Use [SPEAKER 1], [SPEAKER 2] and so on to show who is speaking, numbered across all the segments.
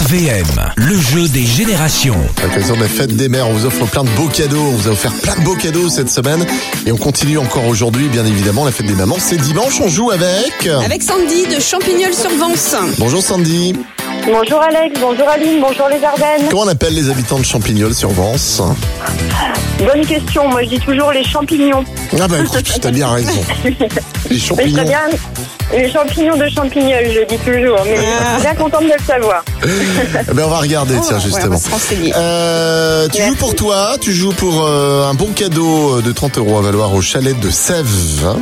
[SPEAKER 1] RVM, le jeu des générations.
[SPEAKER 2] À l'occasion de la fête des mères, on vous offre plein de beaux cadeaux. On vous a offert plein de beaux cadeaux cette semaine. Et on continue encore aujourd'hui, bien évidemment. La fête des mamans, c'est dimanche. On joue avec.
[SPEAKER 3] Avec Sandy de Champignol-sur-Vence.
[SPEAKER 2] Bonjour Sandy.
[SPEAKER 4] Bonjour Alex, bonjour Aline, bonjour les Ardennes.
[SPEAKER 2] Comment on appelle les habitants de Champignol sur Vence
[SPEAKER 4] Bonne question, moi je dis toujours les champignons.
[SPEAKER 2] Ah bah écoute, t'as bien raison. Les
[SPEAKER 4] Mais je
[SPEAKER 2] champignons.
[SPEAKER 4] sais bien les champignons de champignol, je dis toujours, mais je suis bien contente de le savoir.
[SPEAKER 2] Eh ben, on va regarder,
[SPEAKER 3] Oh,
[SPEAKER 2] tiens,
[SPEAKER 3] ouais, on
[SPEAKER 2] justement.
[SPEAKER 3] va se renseigner.
[SPEAKER 2] Euh, tu
[SPEAKER 4] Merci.
[SPEAKER 2] joues pour toi, tu joues pour euh, un bon cadeau de 30 euros à valoir au chalet de Sèvres.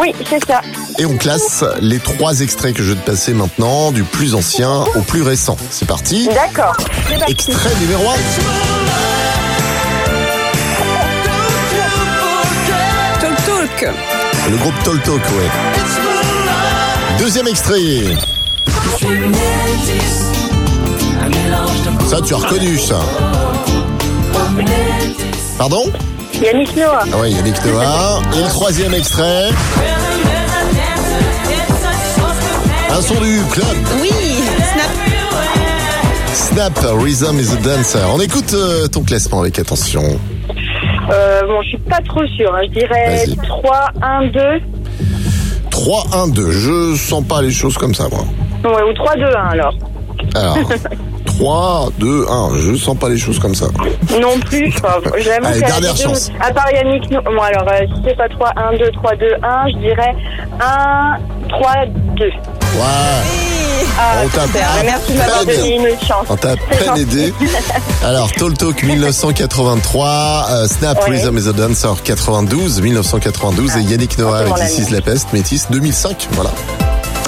[SPEAKER 4] Oui, c'est ça.
[SPEAKER 2] Et on classe les trois extraits que je vais te passer maintenant, du plus ancien au plus récent. C'est parti.
[SPEAKER 4] D'accord. C'est parti.
[SPEAKER 2] Extrait numéro 1.
[SPEAKER 3] Talk Talk.
[SPEAKER 2] Le groupe Tol Talk, ouais. Deuxième extrait. Ça, tu as reconnu ça. Pardon
[SPEAKER 4] Yannick Noah.
[SPEAKER 2] Ah ouais, Yannick Noah. Et le troisième extrait. Un son du club.
[SPEAKER 3] Oui, Snap.
[SPEAKER 2] Snap, Rhythm is a Dancer. On écoute euh, ton classement avec attention.
[SPEAKER 4] Euh, bon, je suis pas trop sûre, hein. je dirais
[SPEAKER 2] Vas-y.
[SPEAKER 4] 3, 1, 2.
[SPEAKER 2] 3, 1, 2. Je sens pas les choses comme ça, moi.
[SPEAKER 4] Ouais, ou 3, 2, 1 alors.
[SPEAKER 2] Alors, 3, 2, 1. Je sens pas les choses comme ça.
[SPEAKER 4] Non plus, enfin, j'avoue
[SPEAKER 2] Allez,
[SPEAKER 4] qu'à
[SPEAKER 2] dernière
[SPEAKER 4] deux-
[SPEAKER 2] chance.
[SPEAKER 4] À part Yannick Noah. Bon, alors, euh, si c'est pas 3, 1, 2, 3, 2, 1, je dirais 1, 3, 2.
[SPEAKER 2] Ouais,
[SPEAKER 4] Ah,
[SPEAKER 2] on t'a
[SPEAKER 4] super.
[SPEAKER 2] à
[SPEAKER 4] Merci de m'avoir
[SPEAKER 2] peine-
[SPEAKER 4] donné une autre chance.
[SPEAKER 2] on t'a à
[SPEAKER 4] C'est
[SPEAKER 2] peine
[SPEAKER 4] gentil.
[SPEAKER 2] aidé. Alors, Tall Talk 1983, euh, Snap,
[SPEAKER 4] Ouais.
[SPEAKER 2] Rhythm is a Dancer 92, 1992 et Yannick Noah avec
[SPEAKER 4] forcément
[SPEAKER 2] This is La Peste, Métis 2005. Voilà,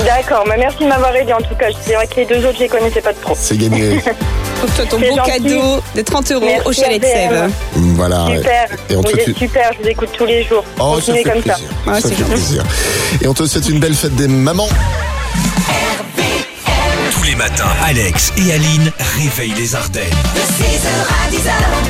[SPEAKER 4] D'accord, mais merci de m'avoir aidé en tout cas. C'est vrai que les deux autres, je les connaissais pas de trop.
[SPEAKER 2] c'est gagné.
[SPEAKER 3] Pour toi, ton
[SPEAKER 4] C'est
[SPEAKER 3] beau
[SPEAKER 4] gentil.
[SPEAKER 3] cadeau de 30 euros
[SPEAKER 4] Merci,
[SPEAKER 3] au chalet de
[SPEAKER 4] RVM.
[SPEAKER 3] Sèvres.
[SPEAKER 2] voilà. ouais.
[SPEAKER 4] Super,
[SPEAKER 2] Et on
[SPEAKER 4] vous
[SPEAKER 2] te
[SPEAKER 4] êtes
[SPEAKER 2] fait-
[SPEAKER 4] super, je vous écoute tous les jours.
[SPEAKER 2] Oh, ça
[SPEAKER 4] Continuez
[SPEAKER 2] fait
[SPEAKER 4] comme
[SPEAKER 2] plaisir.
[SPEAKER 4] ça.
[SPEAKER 3] Ah,
[SPEAKER 2] ça
[SPEAKER 3] c'est
[SPEAKER 2] fait
[SPEAKER 3] gentil.
[SPEAKER 2] plaisir. Et on te souhaite une belle fête des mamans.
[SPEAKER 1] Tous les matins, Alex et Aline réveillent les Ardennes.
[SPEAKER 5] De 6h à 10h